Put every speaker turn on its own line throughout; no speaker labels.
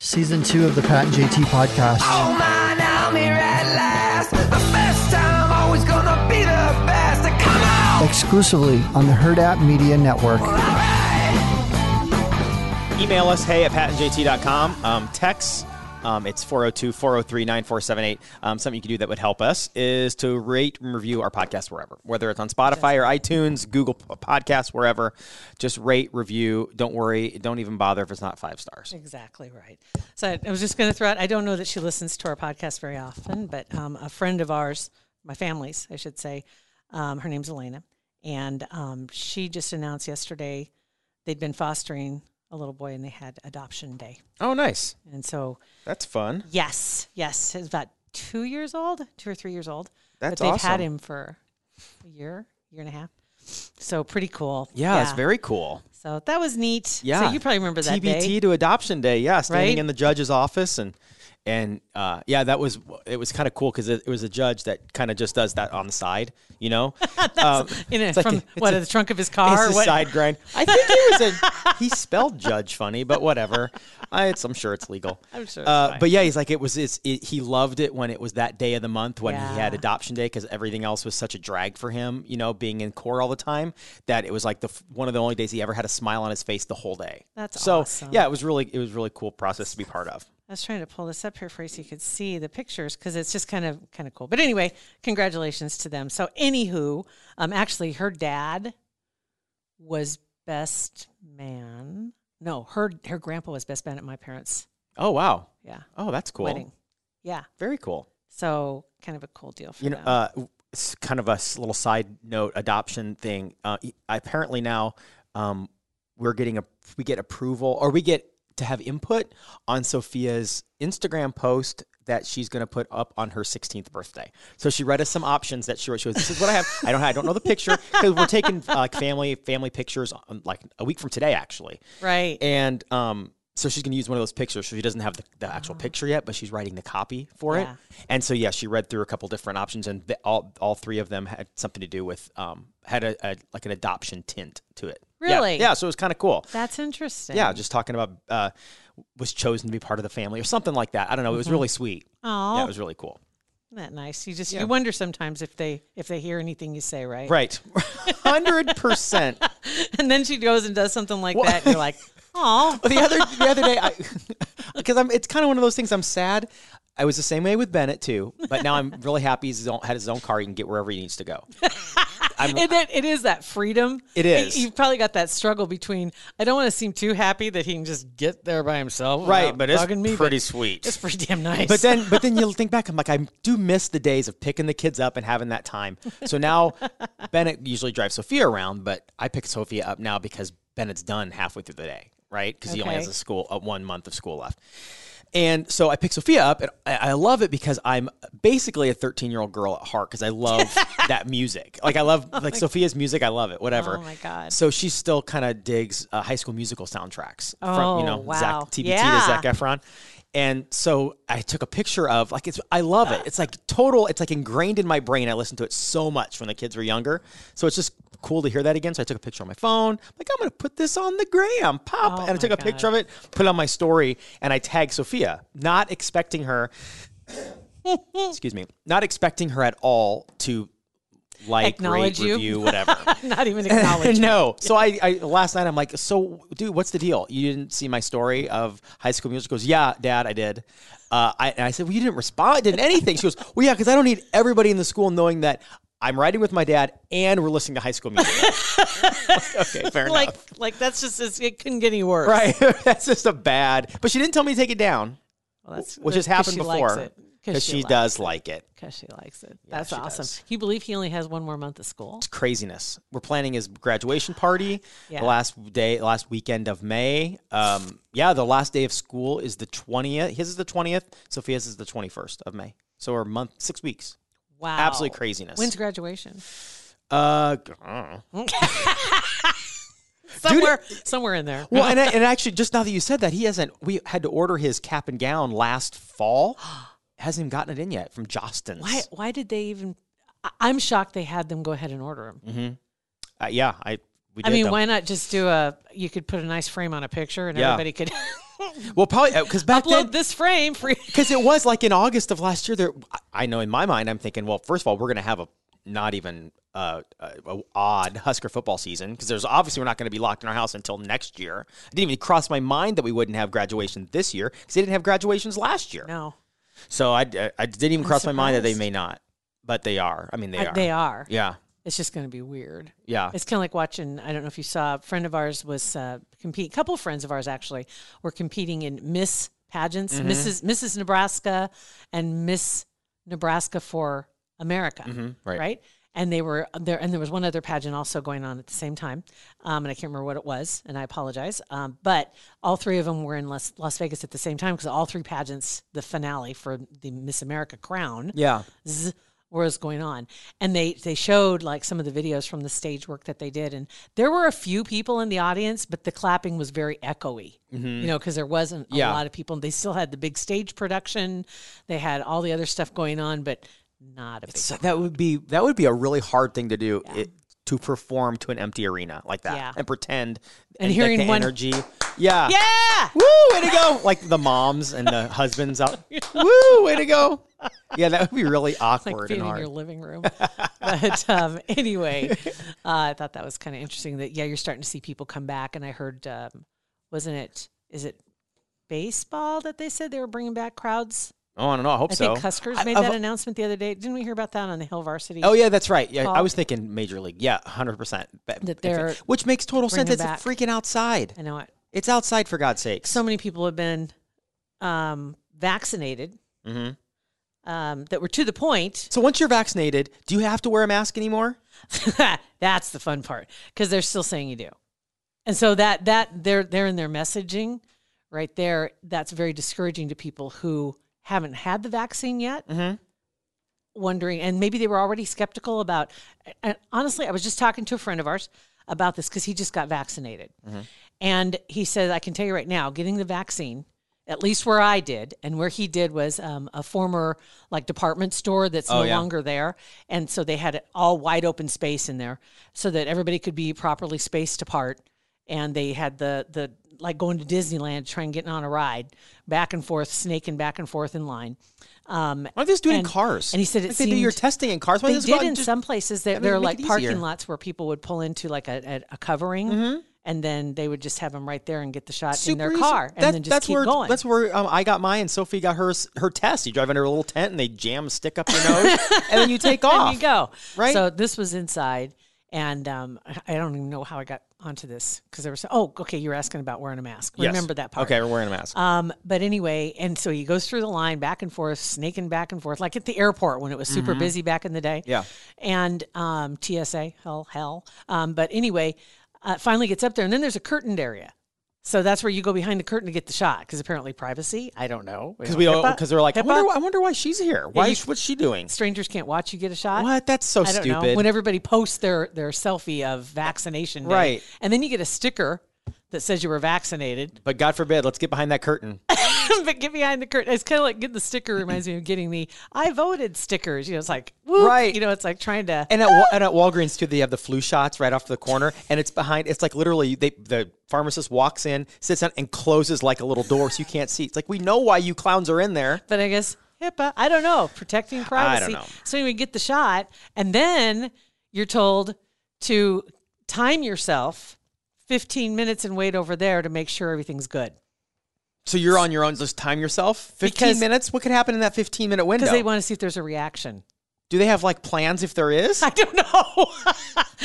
Season two of the Pat and JT podcast.
Oh man, I'm here at last. The best time, always gonna be the best. Come on!
Exclusively on the Herd App Media Network.
Alright!
email us hey at patentjt.com um, text um, it's 402-403-9478 um, something you can do that would help us is to rate and review our podcast wherever whether it's on spotify or itunes google P- podcasts wherever just rate review don't worry don't even bother if it's not five stars
Exactly right. So I- I was just going to throw out, I don't know that she listens to our podcast very often, but um, a friend of ours, my family's, I should say, um, her name's Elena. And um, she just announced yesterday they'd been fostering a little boy and they had adoption day.
oh nice
And so,
that's fun
yes, yes, he's about two years old, two or three years old.
That's
but they've
awesome.
had him for a year, year and a half. So pretty cool.
yeah, it's very cool
So that was neat.
yeah
So you probably remember that
tbt
day.
to adoption day yeah standing
Right?
in the judge's office and and uh, yeah, that was it. Was kind of cool because it, it was a judge that kind of just does that on the side, you know. Um,
in a,
it's like
from
a- it's
what
a-
the trunk of his car. or
It's a
what?
side grind. I think he was a he spelled judge funny, but whatever. I, it's, I'm sure it's legal. I'm
sure it's
Uh,
fine.
but yeah, he's like it was. It's, it, he loved it when it was that day of the month when he had
Yeah.
adoption day because everything else was such a drag for him. You know, being in court all the time that it was like the f- one of the only days he ever had a smile on his face the whole day.
That's
so.
awesome.
Yeah, it was really it was really cool process to be part of.
I was trying to pull this up here for you so you could see the pictures because it's just kind of kind of cool. But anyway, congratulations to them. So anywho, um, actually, her dad was best man. No, her her grandpa was best man at my parents.
Oh wow.
Yeah,
Oh, that's cool.
wedding. Yeah,
Very cool.
so kind of a cool deal for
you know,
them.
uh, s- kind of a s- little side note adoption thing. Uh, y- apparently now, um, we're getting a we get approval or we get to have input on Sophia's Instagram post that she's going to put up on her 16th birthday. So she read us some options that she wrote. She goes, "This is what I have. I don't. I don't know the picture because we're taking uh, like family family pictures on, like a week from today actually.
right?
And um, so she's going to use one of those pictures. So she doesn't have the, the actual picture yet, but she's writing the copy for
Oh. Yeah.
it. And so yeah, she read through a couple different options, and th- all all three of them had something to do with um had a, a like an adoption tint to it. Yeah.
Really?
Yeah. so it was kind of cool.
That's interesting.
Yeah, just talking about uh, was chosen to be part of the family or something like that. I don't know. It was really sweet.
Mm-hmm. Aw,
Yeah, it was really cool.
isn't that nice? You just
Yeah.
you wonder sometimes if they if they hear anything you say, right?
Right, hundred percent.
And then she goes and does something like that. And you're like, oh,
Well, the other the other day, because I'm it's kind of one of those things. I'm sad. I was the same way with Bennett too, but now I'm really happy he's his own, had his own car. He can get wherever he needs to go. I'm,
And that it is that freedom.
It is.
You've probably got that struggle between I don't want to seem too happy that he can just get there by himself.
right,
without
but it's
bugging me, but
pretty sweet.
It's pretty damn nice.
but then, but then you'll think back. I'm like, I do miss the days of picking the kids up and having that time. So now, Bennett usually drives Sophia around, but I pick Sophia up now because Bennett's done halfway through the day, right? Because he only has
Okay.
a school, uh, one month of school left. And so I pick Sophia up, and I I love it because I'm basically a 13 year old girl at heart because I love that music. Like I love like Sophia's music. I love it. Whatever.
Oh, my God.
So she still kind of digs uh, High School Musical soundtracks from you
Oh,
know Zac,
wow.
TBT to
Yeah.
Zac Efron. And so I took a picture of like it's I love it. It's like total. It's like ingrained in my brain. I listened to it so much when the kids were younger. So it's just cool to hear that again. So I took a picture on my phone. Like I'm gonna put this on the gram, pop,
Oh
and I
my
took a picture of
God.
it, put it on my story, and I tagged Sophia, not expecting her. excuse me, not expecting her at all to like, rate,
Acknowledge you.
review, whatever.
not even acknowledge.
no. So I, I last night I'm like, so dude, what's the deal? You didn't see my story of High School Musical? She goes, yeah, Dad, I did. Uh, I, and I said, well, you didn't respond. I didn't anything. She goes, well, yeah, because I don't need everybody in the school knowing that I'm riding with my dad and we're listening to High School Musical. okay, fair
like
enough.
like that's just it's, it couldn't get any worse.
Right. That's just a bad. But she didn't tell me to take it down,
Well, that's
which has
that's uh,
happened
'cause she likes
before.
it. 'Cause
because
she
she,
likes
does like it.
because she likes it. That's
she
awesome.
does.
Can you believe he only has one more month of school?
It's craziness. We're planning his graduation party
Yeah.
the last day, last weekend of May. Um, yeah, the last day of school is the twentieth. His is the twentieth. Sophia's is the twenty-first of May. So we're a month, six weeks.
Wow,
Absolute craziness.
When's graduation?
Uh, g- I don't know.
Somewhere, somewhere in there.
Well, and, and actually, just now that you said that, he hasn't. We had to order his cap and gown last fall. hasn't even gotten it in yet from Jostens.
Why? Why did they even? I- I'm shocked they had them go ahead and order them.
Uh, yeah, I. We did
I mean,
them.
why not just do a? You could put a nice frame on a picture, and
Yeah.
everybody could
Well, probably because back
upload
then,
this frame for.
because it was like in August of last year. There, I I know in my mind, I'm thinking, well, first of all, we're going to have a not even uh, a, a odd Husker football season because there's obviously we're not going to be locked in our house until next year. It didn't even cross my mind that we wouldn't have graduation this year because they didn't have graduations last year.
No,
So I, I, I didn't even cross my mind that they
surprised.
may not, but they are. I mean, they
I-
are.
they are.
Yeah.
It's just going to be weird.
Yeah.
It's kind of like watching. I don't know if you saw. A friend of ours was uh, compete. A couple friends of ours actually were competing in Miss pageants,
Mm-hmm.
Mrs. Mrs. Nebraska, and Miss Nebraska for America.
Mm-hmm. right.
And they were uh, there, and there was one other pageant also going on at the same time, um, and I can't remember what it was, and I apologize. Um, but all three of them were in Las, Las Vegas at the same time because all three pageants, the finale for the Miss America crown,
yeah.
z- was going on and they they showed like some of the videos from the stage work that they did and there were a few people in the audience but the clapping was very echoey you know because there wasn't a
Mm-hmm. Yeah.
lot of people they still had the big stage production they had all the other stuff going on but not a big
So that would be that would be a really hard thing to do it, to perform to an empty arena like that
Yeah.
and pretend
And
like,
hearing
the
one-
energy. Yeah.
yeah
Woo, way to go! Like the moms and the husbands out. Woo, way to go! Yeah, that would be really awkward
like
and
being in
hard.
your living room. but um, anyway, uh, I thought that was kind of interesting. That yeah, you're starting to see people come back, and I heard um, wasn't it is it baseball that they said they were bringing back crowds?
oh, I don't know. I hope
I
so.
think Huskers
I-
made
I've-
that announcement the other day. Didn't we hear about that on the Hill Varsity?
Oh yeah, that's right. Yeah, I
Call.
was thinking Major League. Yeah, hundred percent.
That they're
which makes total sense.
bringing
It's
back-
freaking outside.
I know it.
It's outside for God's sakes.
So many people have been um, vaccinated
Mhm.
um, that were to the point.
So once you're vaccinated, do you have to wear a mask anymore?
That's the fun part because they're still saying you do, and so that that they're they're in their messaging right there. That's very discouraging to people who haven't had the vaccine yet. Wondering, and maybe they were already skeptical about. And honestly, I was just talking to a friend of ours about this because he just got vaccinated, and he said, "I can tell you right now, getting the vaccine." At least where I did, and where he did was um, a former like department store that's no
yeah.
longer longer there. And so they had it all wide open space in there so that everybody could be properly spaced apart. And they had the, the like going to Disneyland, trying getting on a ride, back and forth, snaking back and forth in line. Um,
Why don't they just do it in
and-
cars?
And he said it
like they do your
seemed-
testing in cars. Why
they
don't just go
did
out and
in
just-
some places. There,
mean,
there are
make
like
it
parking
easier.
lots where people would pull into like a, a, a covering, and then they would just have them right there and get the shot in their
Mm-hmm. super easy.
car,
That-
and then just
that's
keep
where,
going.
That's where um, I got mine, and Sophie got hers. Her test. You drive under a little tent, and they jam a stick up your nose, and then you take off.
There you go.
Right?
So this was inside, and um, I- I don't even know how I got onto this because there was oh, okay, you were asking about wearing a mask.
Yes.
Remember that part?
Okay, we're wearing a mask.
Um, but anyway, and so he goes through the line back and forth, snaking back and forth, like at the airport when it was super busy back in the day.
Mm-hmm. Yeah.
And um, TSA, hell, hell. Um, but anyway, uh, finally gets up there, and then there's a curtained area. So that's where you go behind the curtain to get the shot because apparently privacy. I don't know
Because we don't.
HIPAA?
Because they're like, I
HIPAA?
wonder, why- I wonder why she's here. Why?
you-
is what's she doing?
strangers can't watch you get a shot.
What? That's so
I don't
stupid.
know. When everybody posts their their selfie of vaccination day,
Right.
and then you get a sticker that says you were vaccinated.
but God forbid, let's get behind that curtain.
but get behind the curtain. It's kind of like getting the sticker reminds me of getting the "I voted" stickers. You know, it's like whoop,
Right.
You know, it's like trying to.
And at, Wa- and at Walgreens too, they have the flu shots right off the corner, and it's behind. It's like literally, they, the pharmacist walks in, sits down, and closes like a little door so you can't see. It's like we know why you clowns are in there.
but I guess HIPAA. I don't know protecting privacy.
know.
So anyway, you get the shot, and then you're told to time yourself 15 minutes and wait over there to make sure everything's good.
So you're on your own. Just time yourself. Fifteen
Because-
minutes. What could happen in that fifteen minute window?
Because they want to see if there's a reaction.
Do they have like plans if there is?
I don't know.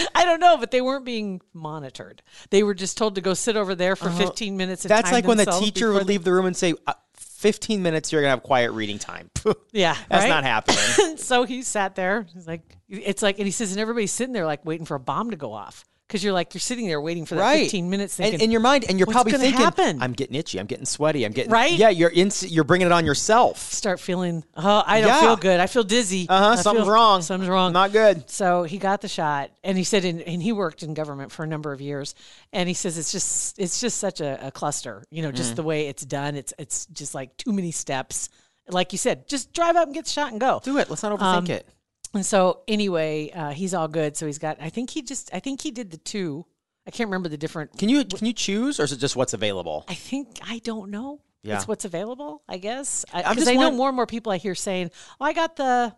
I don't know, but they weren't being monitored. They were just told to go sit over there for 15 minutes. And
Uh-huh. That's
time
like when the
themselves
teacher
before
would
they-
leave the room and say, uh, 15 minutes, you're going to have quiet reading time.
Yeah,
That's
right?
not happening.
so he sat there. He's like, it's like, and he says, and everybody's sitting there like waiting for a bomb to go off because you're like, you're sitting there waiting for that 15 minutes
And-
thinking,
in your mind, and you're
"What's
probably
gonna
thinking,
happen?"
I'm getting itchy. I'm getting sweaty. I'm getting,
Right?
Yeah, you're, in, you're bringing it on yourself.
start feeling, oh, I don't
Yeah.
feel good. I feel dizzy.
Uh huh.
I
Something's
feel-
wrong.
Something's wrong.
Not good.
So he got the shot, and he said, and, and he worked in government for a number of years, and he says it's just it's just such a, a cluster, you know,
Mm.
just the way it's done. It's it's just like too many steps. Like you said, just drive up and get the shot and go.
Do it. Let's not overthink
Um,
it.
And so anyway, uh, he's all good. So he's got. I think he just. I think he did the two. I can't remember the different.
Can you can you choose, or is it just what's available?
I think I don't know.
Yeah.
It's what's available, I guess.
I'm
Because
just
I, know
won-
more and more people I hear saying, "Oh, I got the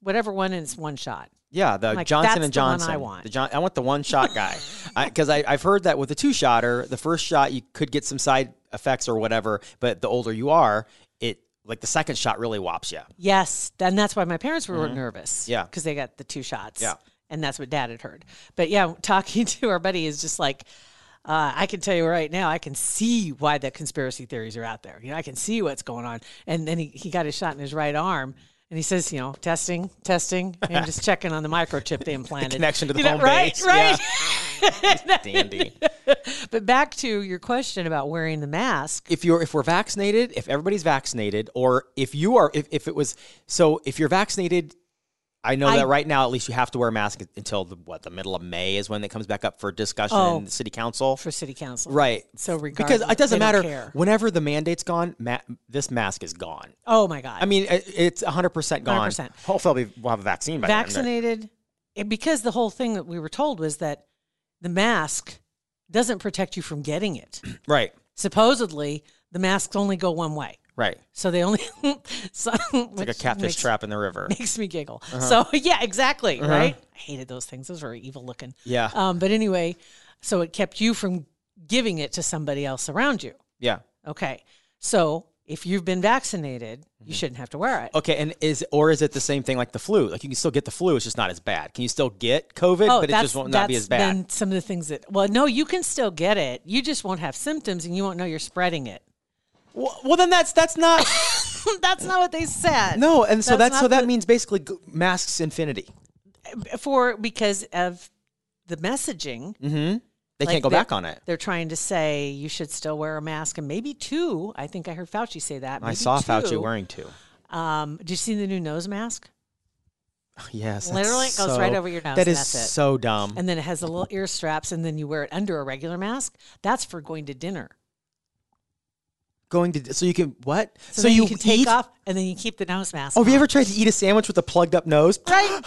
whatever one, and it's one shot."
Yeah, the
Like,
Johnson
that's
and
the one I
Johnson.
want.
The John, I want the one shot guy because I, I've heard that with the two shotter, the first shot you could get some side effects or whatever, but the older you are, it like the second shot really whops you.
Yes, and that's why my parents were nervous.
Mm-hmm. Yeah.
because they got the two shots.
Yeah.
and that's what Dad had heard. But yeah, talking to our buddy is just like. Uh, I can tell you right now, I can see why the conspiracy theories are out there. You know, I can see what's going on. And then he, he got his shot in his right arm, and he says, you know, testing, testing, and just checking on the microchip they implanted.
Connection to the
You know,
home
right,
base,
Right,
Yeah, dandy.
But back to your question about wearing the mask.
if you're if we're vaccinated, if everybody's vaccinated, or if you are if, if it was so if you're vaccinated, I know
I-
that right now at least you have to wear a mask until the, what the middle of May is when it comes back up for discussion
Oh.
in the city council.
For city council,
Right.
So
because
regardless,
it doesn't
they
matter
don't care.
whenever the mandate's gone, ma- this mask is gone.
Oh my god!
I mean, it, it's 100% gone.
100%.
Hopefully we'll have a vaccine by then.
vaccinated and because the whole thing that we were told was that the mask doesn't protect you from getting it
Right.
supposedly the masks only go one way
Right.
so they only so,
Like a catfish trap Uh-huh. in the river.
makes me giggle so yeah exactly right i hated those things those were evil looking
Yeah.
um, but anyway so it kept you from giving it to somebody else around you
yeah.
okay so if you've been vaccinated
Mm-hmm.
you shouldn't have to wear it
Okay, and is or is it the same thing like the flu? Like you can still get the flu, it's just not as bad. Can you still get COVID, but it just
Oh, that's-
won't not be
that's
as bad?
Been some of the things that well, no, you can still get it. You just won't have symptoms, and you won't know you're spreading it.
well, well, then that's that's not
that's not what they said.
no, and so that's, so
not
that
the-
means basically g- masks infinity.
for because of the messaging.
Mm-hmm. They
like
can't go
they're-
back on it.
They're trying to say you should still wear a mask and maybe two. I think I heard Fauci say that.
I
maybe
saw
two.
Fauci wearing Mm-hmm. two.
Um, did you see the new nose mask?
Yes, that's
Literally, it goes
so-
right over your nose.
That
and
is
that's it.
so dumb.
And then it has the little ear straps, and then you wear it under a regular mask. That's for going to dinner.
going to so you can what?
So, then you, can take
eat-
off, and then you keep the nose mask.
Oh, have you
on.
ever tried to eat a sandwich with a plugged up nose? Right.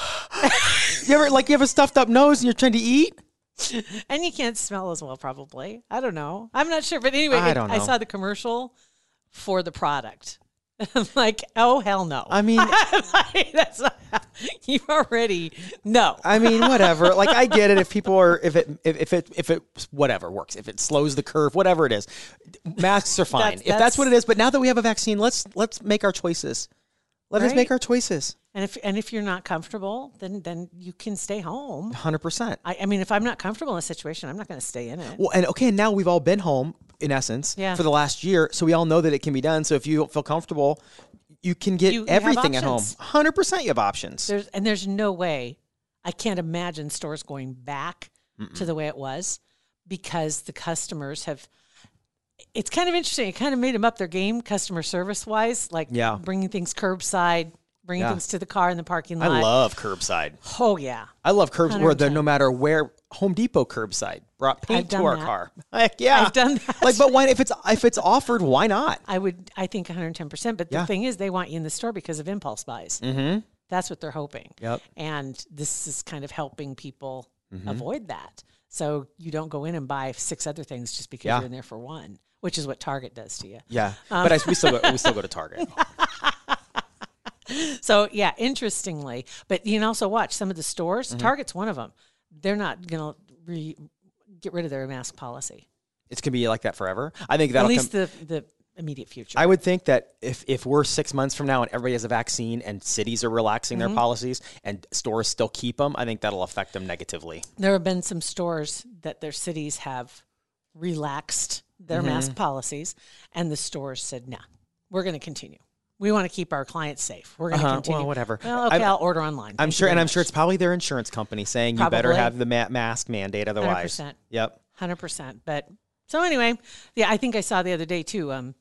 you ever like you have a stuffed up nose and you're trying to eat?
And you can't smell as well, probably. I don't know. I'm not sure. But anyway,
I
I,
don't
I
know.
saw the commercial for the product. I'm like, oh, hell no.
I mean,
Like, That's not, you already no.
I mean, whatever. Like I get it if people are if it if, if it if it whatever works if it slows the curve whatever it is, masks are fine
That's-
if that's what it
that's-
is. But now that we have a vaccine, let's let's make our choices. Let us make
Right.
our choices.
and if and if you're not comfortable, then then you can stay home.
Hundred percent.
I, I mean, if I'm not comfortable in a situation, I'm not going to stay in it.
Well, and okay, and now we've all been home in essence
Yeah.
for the last year, so we all know that it can be done. So if you don't feel comfortable, you can get
You- you have
everything at home.
options.
Hundred percent, you have options.
There's and there's no way. I can't imagine stores going back to the way it was because the customers have. It's kind of interesting. It kind of made them up their game, customer service wise, like
Yeah.
bringing things curbside, bringing
Yeah.
things to the car in the parking
I
lot.
love curbside.
Oh yeah,
I love curbs where they're no matter where Home Depot curbside brought paint
I've
to
done
our
that.
car. Like, yeah,
I've done that.
Like, but why if it's if it's offered, why not?
I would. I think 110. percent But the
Yeah.
thing is, they want you in the store because of impulse buys. Mm-hmm. That's what they're hoping.
Yep. Mm-hmm.
And this is kind of helping people avoid that. So you don't go in and buy six other things just because
Yeah.
you're in there for one, which is what Target does to you.
Yeah, but I,
Um.
we still go, we still go to Target.
So yeah, interestingly, but you can also watch some of the stores.
Mm-hmm.
Target's one of them. They're not going to re- get rid of their mask policy,
It's gonna be like that forever. I think that'll
at least
come,
the the immediate future.
I would think that if if we're six months from now and everybody has a vaccine and cities are relaxing
Mm-hmm.
their policies and stores still keep them, I think that'll affect them negatively.
there have been some stores that their
Mm-hmm.
cities have relaxed their mask policies, and the stores said, "Nah, we're going to continue. We want to keep our clients safe. We're going to
Uh-huh.
continue.
Well, whatever.
Well, okay,
I'm-
i will order online.
I'm sure, and I'm sure it's probably their insurance company saying you better
Probably.
have the ma- mask mandate otherwise.
100%.
Yep.
hundred percent. But so anyway, yeah, I think I saw the other day too. Um,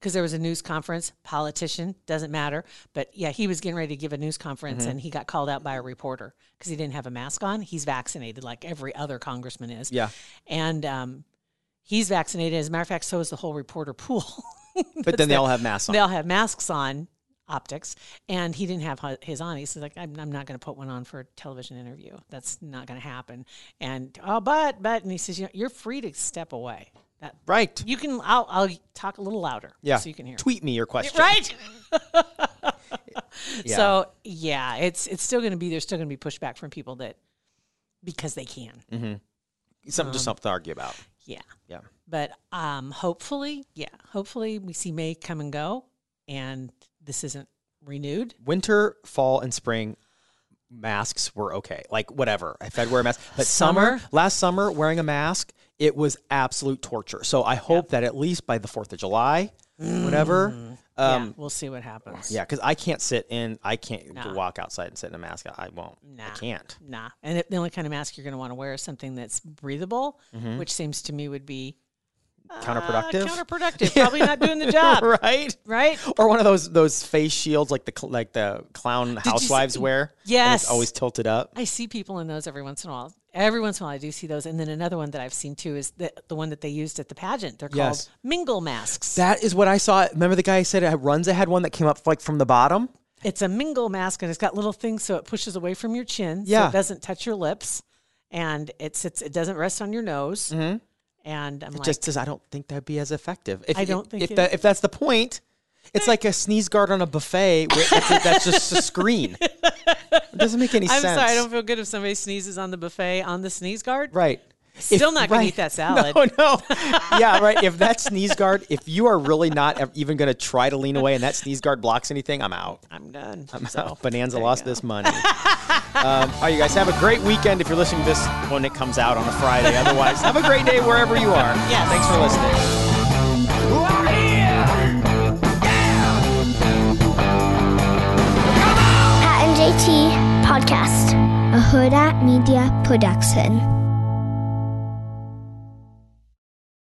because there was a news conference, politician doesn't matter, but yeah, he was getting ready to give a news conference and he got called out by a reporter because he didn't have a mask on. He's vaccinated, like every other congressman is.
Yeah.
and um, he's vaccinated. As a matter of fact, so is the whole reporter pool.
But then they all have masks on.
They'll have masks on, optics, and he didn't have hi- his on. He's like, I'm, I'm not going to put one on for a television interview. That's not going to happen. And oh, but but, and he says, you know, you're free to step away. That
Right.
you can. I'll, I'll talk a little louder.
yeah.
so you can hear.
Tweet me your question.
Right.
Yeah.
So yeah, it's it's still going to be there's still going to be pushback from people that because they can.
something
Um,
just something to argue about.
Yeah.
Yeah.
But um, hopefully, yeah, hopefully we see May come and go, and this isn't renewed.
Winter, fall, and spring masks were okay. Like whatever. If I'd wear a mask. But summer,
Summer.
last summer, wearing a mask, it was absolute torture. So I hope that at least by the fourth of July, whatever. Um
Mm. yeah, we'll see what happens.
yeah, because I can't sit in. I can't
Nah.
walk outside and sit in a mask. I won't. I
Nah.
can't.
Nah. And it, the only kind of mask you're going to want to wear is something that's breathable, which seems to me would be
Mm-hmm. Counterproductive.
Uh, counterproductive. Probably not doing the job. right.
right. Or one of those those face shields like the cl- like the clown
you
housewives
see-
wear. and
Yes.
it's always tilted up.
I see people in those every once in a while. Every once in a while, I do see those. And then another one that I've seen too is the, the one that they used at the pageant. They're called
Yes.
mingle masks.
That is what I saw. Remember the guy said it runs. I had one that came up like from the bottom.
It's a mingle mask and it's got little things so it pushes away from your chin. So
Yeah.
it doesn't touch your lips and it sits, it doesn't rest on your nose. And I'm like,
Mm-hmm. Just says I don't think that'd be as effective. If,
I don't think
if,
it
that,
is.
if that's the point, it's like a sneeze guard on a buffet. Where that's, that's just a screen. It doesn't make any
I'm
sense.
sorry, I don't feel good if somebody sneezes on the buffet on the sneeze guard.
Right.
Still not gonna eat that salad.
Oh no. yeah, right. If that sneeze guard, if you are really not ev- even going to try to lean away, and that sneeze guard blocks anything, I'm out.
I'm done.
So Bonanza lost this money. um, all right, you guys have a great weekend if you're listening to this when it comes out on a Friday. Otherwise, have a great day wherever you are.
Yes.
Thanks for listening.
We're here. Yeah. Come on.
Pat and JT Podcast, a Huda Media Production.